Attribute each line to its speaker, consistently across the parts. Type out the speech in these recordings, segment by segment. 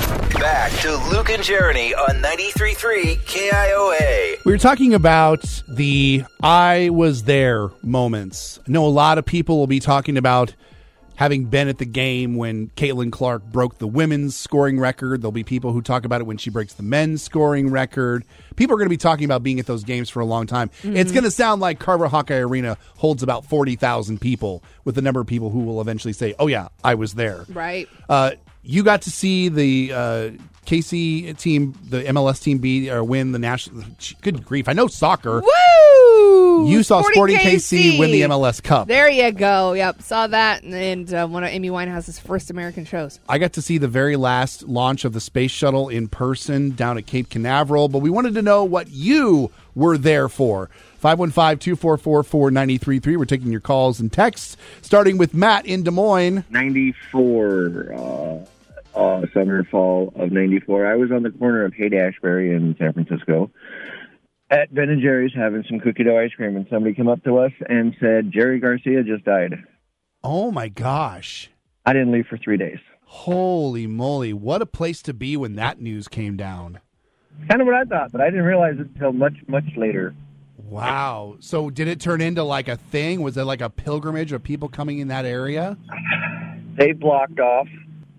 Speaker 1: Back to Luke and Jeremy on 93.3 KIOA.
Speaker 2: We were talking about the I was there moments. I know a lot of people will be talking about having been at the game when Caitlin Clark broke the women's scoring record. There'll be people who talk about it when she breaks the men's scoring record. People are going to be talking about being at those games for a long time. It's going to sound like Carver Hawkeye Arena holds about 40,000 people with the number of people who will eventually say, oh, yeah, I was there.
Speaker 3: Right.
Speaker 2: Uh, you got to see the uh, KC team, the MLS team, be or win the national. Good grief! I know soccer.
Speaker 3: Woo!
Speaker 2: You saw Sporting KC, win the MLS Cup.
Speaker 3: There you go. Yep, saw that, and, and uh, one of Amy Winehouse's first American shows.
Speaker 2: I got to see the very last launch of the space shuttle in person down at Cape Canaveral, but we wanted to know what you were there for. 515-244-4933. We're taking your calls and texts, starting with Matt in Des Moines.
Speaker 4: 94, uh, uh, summer and fall of 94. I was on the corner of Haight Ashbury in San Francisco at Ben and Jerry's having some cookie dough ice cream, and somebody came up to us and said, Jerry Garcia just died.
Speaker 2: Oh my gosh.
Speaker 4: I didn't leave for three days.
Speaker 2: Holy moly, what a place to be when that news came down.
Speaker 4: Kind of what I thought, but I didn't realize it until much, much later.
Speaker 2: Wow. So did it turn into like a thing? Was it like a pilgrimage of people coming in that area?
Speaker 4: They blocked off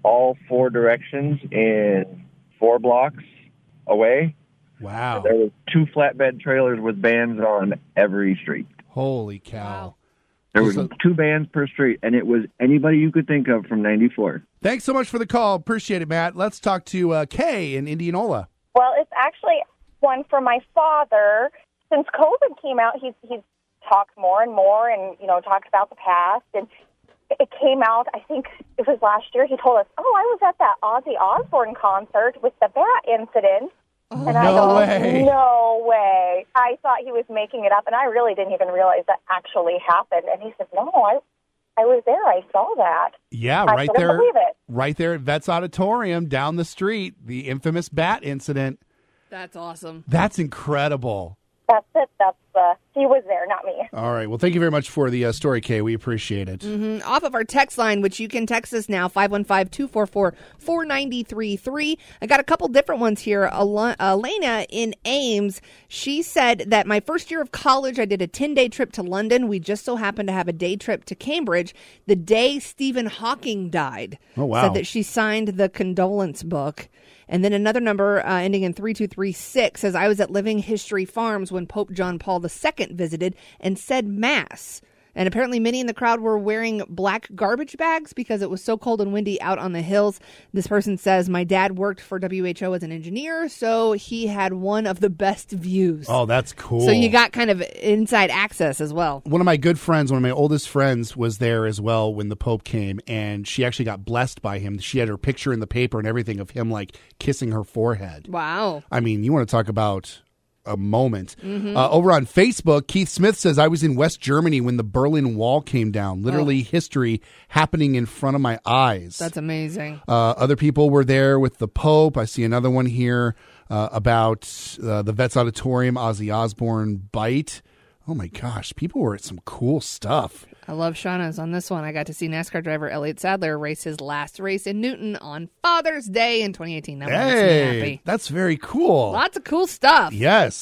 Speaker 4: all four directions in four blocks away.
Speaker 2: Wow.
Speaker 4: There were two flatbed trailers with bands on every street.
Speaker 2: Holy cow.
Speaker 3: Wow.
Speaker 4: There was
Speaker 2: So-
Speaker 4: two bands per street, and it was anybody you could think of from '94.
Speaker 2: Thanks so much for the call. Appreciate it, Matt. Let's talk to uh, Kay in Indianola.
Speaker 5: Well, it's actually one for my father. Since COVID came out, he's he's talked more and more, and you know, talked about the past. And it came out, I think it was last year. He told us, "Oh, I was at that Ozzy Osbourne concert with the bat incident." and I
Speaker 2: Oh, no
Speaker 5: thought,
Speaker 2: way.
Speaker 5: No way. I thought he was making it up, and I really didn't even realize that actually happened. And he said, "No, I, I was there. I saw that."
Speaker 2: Yeah,
Speaker 5: I
Speaker 2: right
Speaker 5: couldn't
Speaker 2: there.
Speaker 5: believe it.
Speaker 2: Right there at Vets Auditorium down the street, the infamous bat incident.
Speaker 3: That's awesome.
Speaker 2: That's incredible.
Speaker 5: That's it. That's uh, he was there, not me.
Speaker 2: All right. Well, thank you very much for the uh, story, Kay. We appreciate it.
Speaker 3: Mm, Off of our text line, which you can text us now, 515 244 4933. I got a couple different ones here. Al- Elena in Ames, she said that my first year of college, I did a 10 day trip to London. We just so happened to have a day trip to Cambridge the day Stephen Hawking died.
Speaker 2: Oh, wow.
Speaker 3: Said that she signed the condolence book. And then another number uh, ending in 3236 says, I was at Living History Farms when Pope John Paul II visited and said Mass. And apparently, many in the crowd were wearing black garbage bags because it was so cold and windy out on the hills. This person says, My dad worked for WHO as an engineer, so he had one of the best views.
Speaker 2: Oh, that's cool.
Speaker 3: So you got kind of inside access as well.
Speaker 2: one of my good friends, one of my oldest friends, was there as well when the Pope came, and she actually got blessed by him. She had her picture in the paper and everything of him like kissing her forehead.
Speaker 3: Wow.
Speaker 2: I mean, you want to talk about a moment. Uh, over on Facebook, Keith Smith says, I was in West Germany when the Berlin Wall came down. Literally, history happening in front of my eyes.
Speaker 3: That's amazing.
Speaker 2: Uh, other people were there with the Pope. I see another one here uh, about uh, the Vets Auditorium, Ozzy Osbourne bite. Oh my gosh, people were at some cool stuff.
Speaker 3: I love Shauna's on this one. I got to see NASCAR driver Elliott Sadler race his last race in Newton on Father's Day in 2018. That makes me happy.
Speaker 2: that's very cool.
Speaker 3: Lots of cool stuff.
Speaker 2: Yes.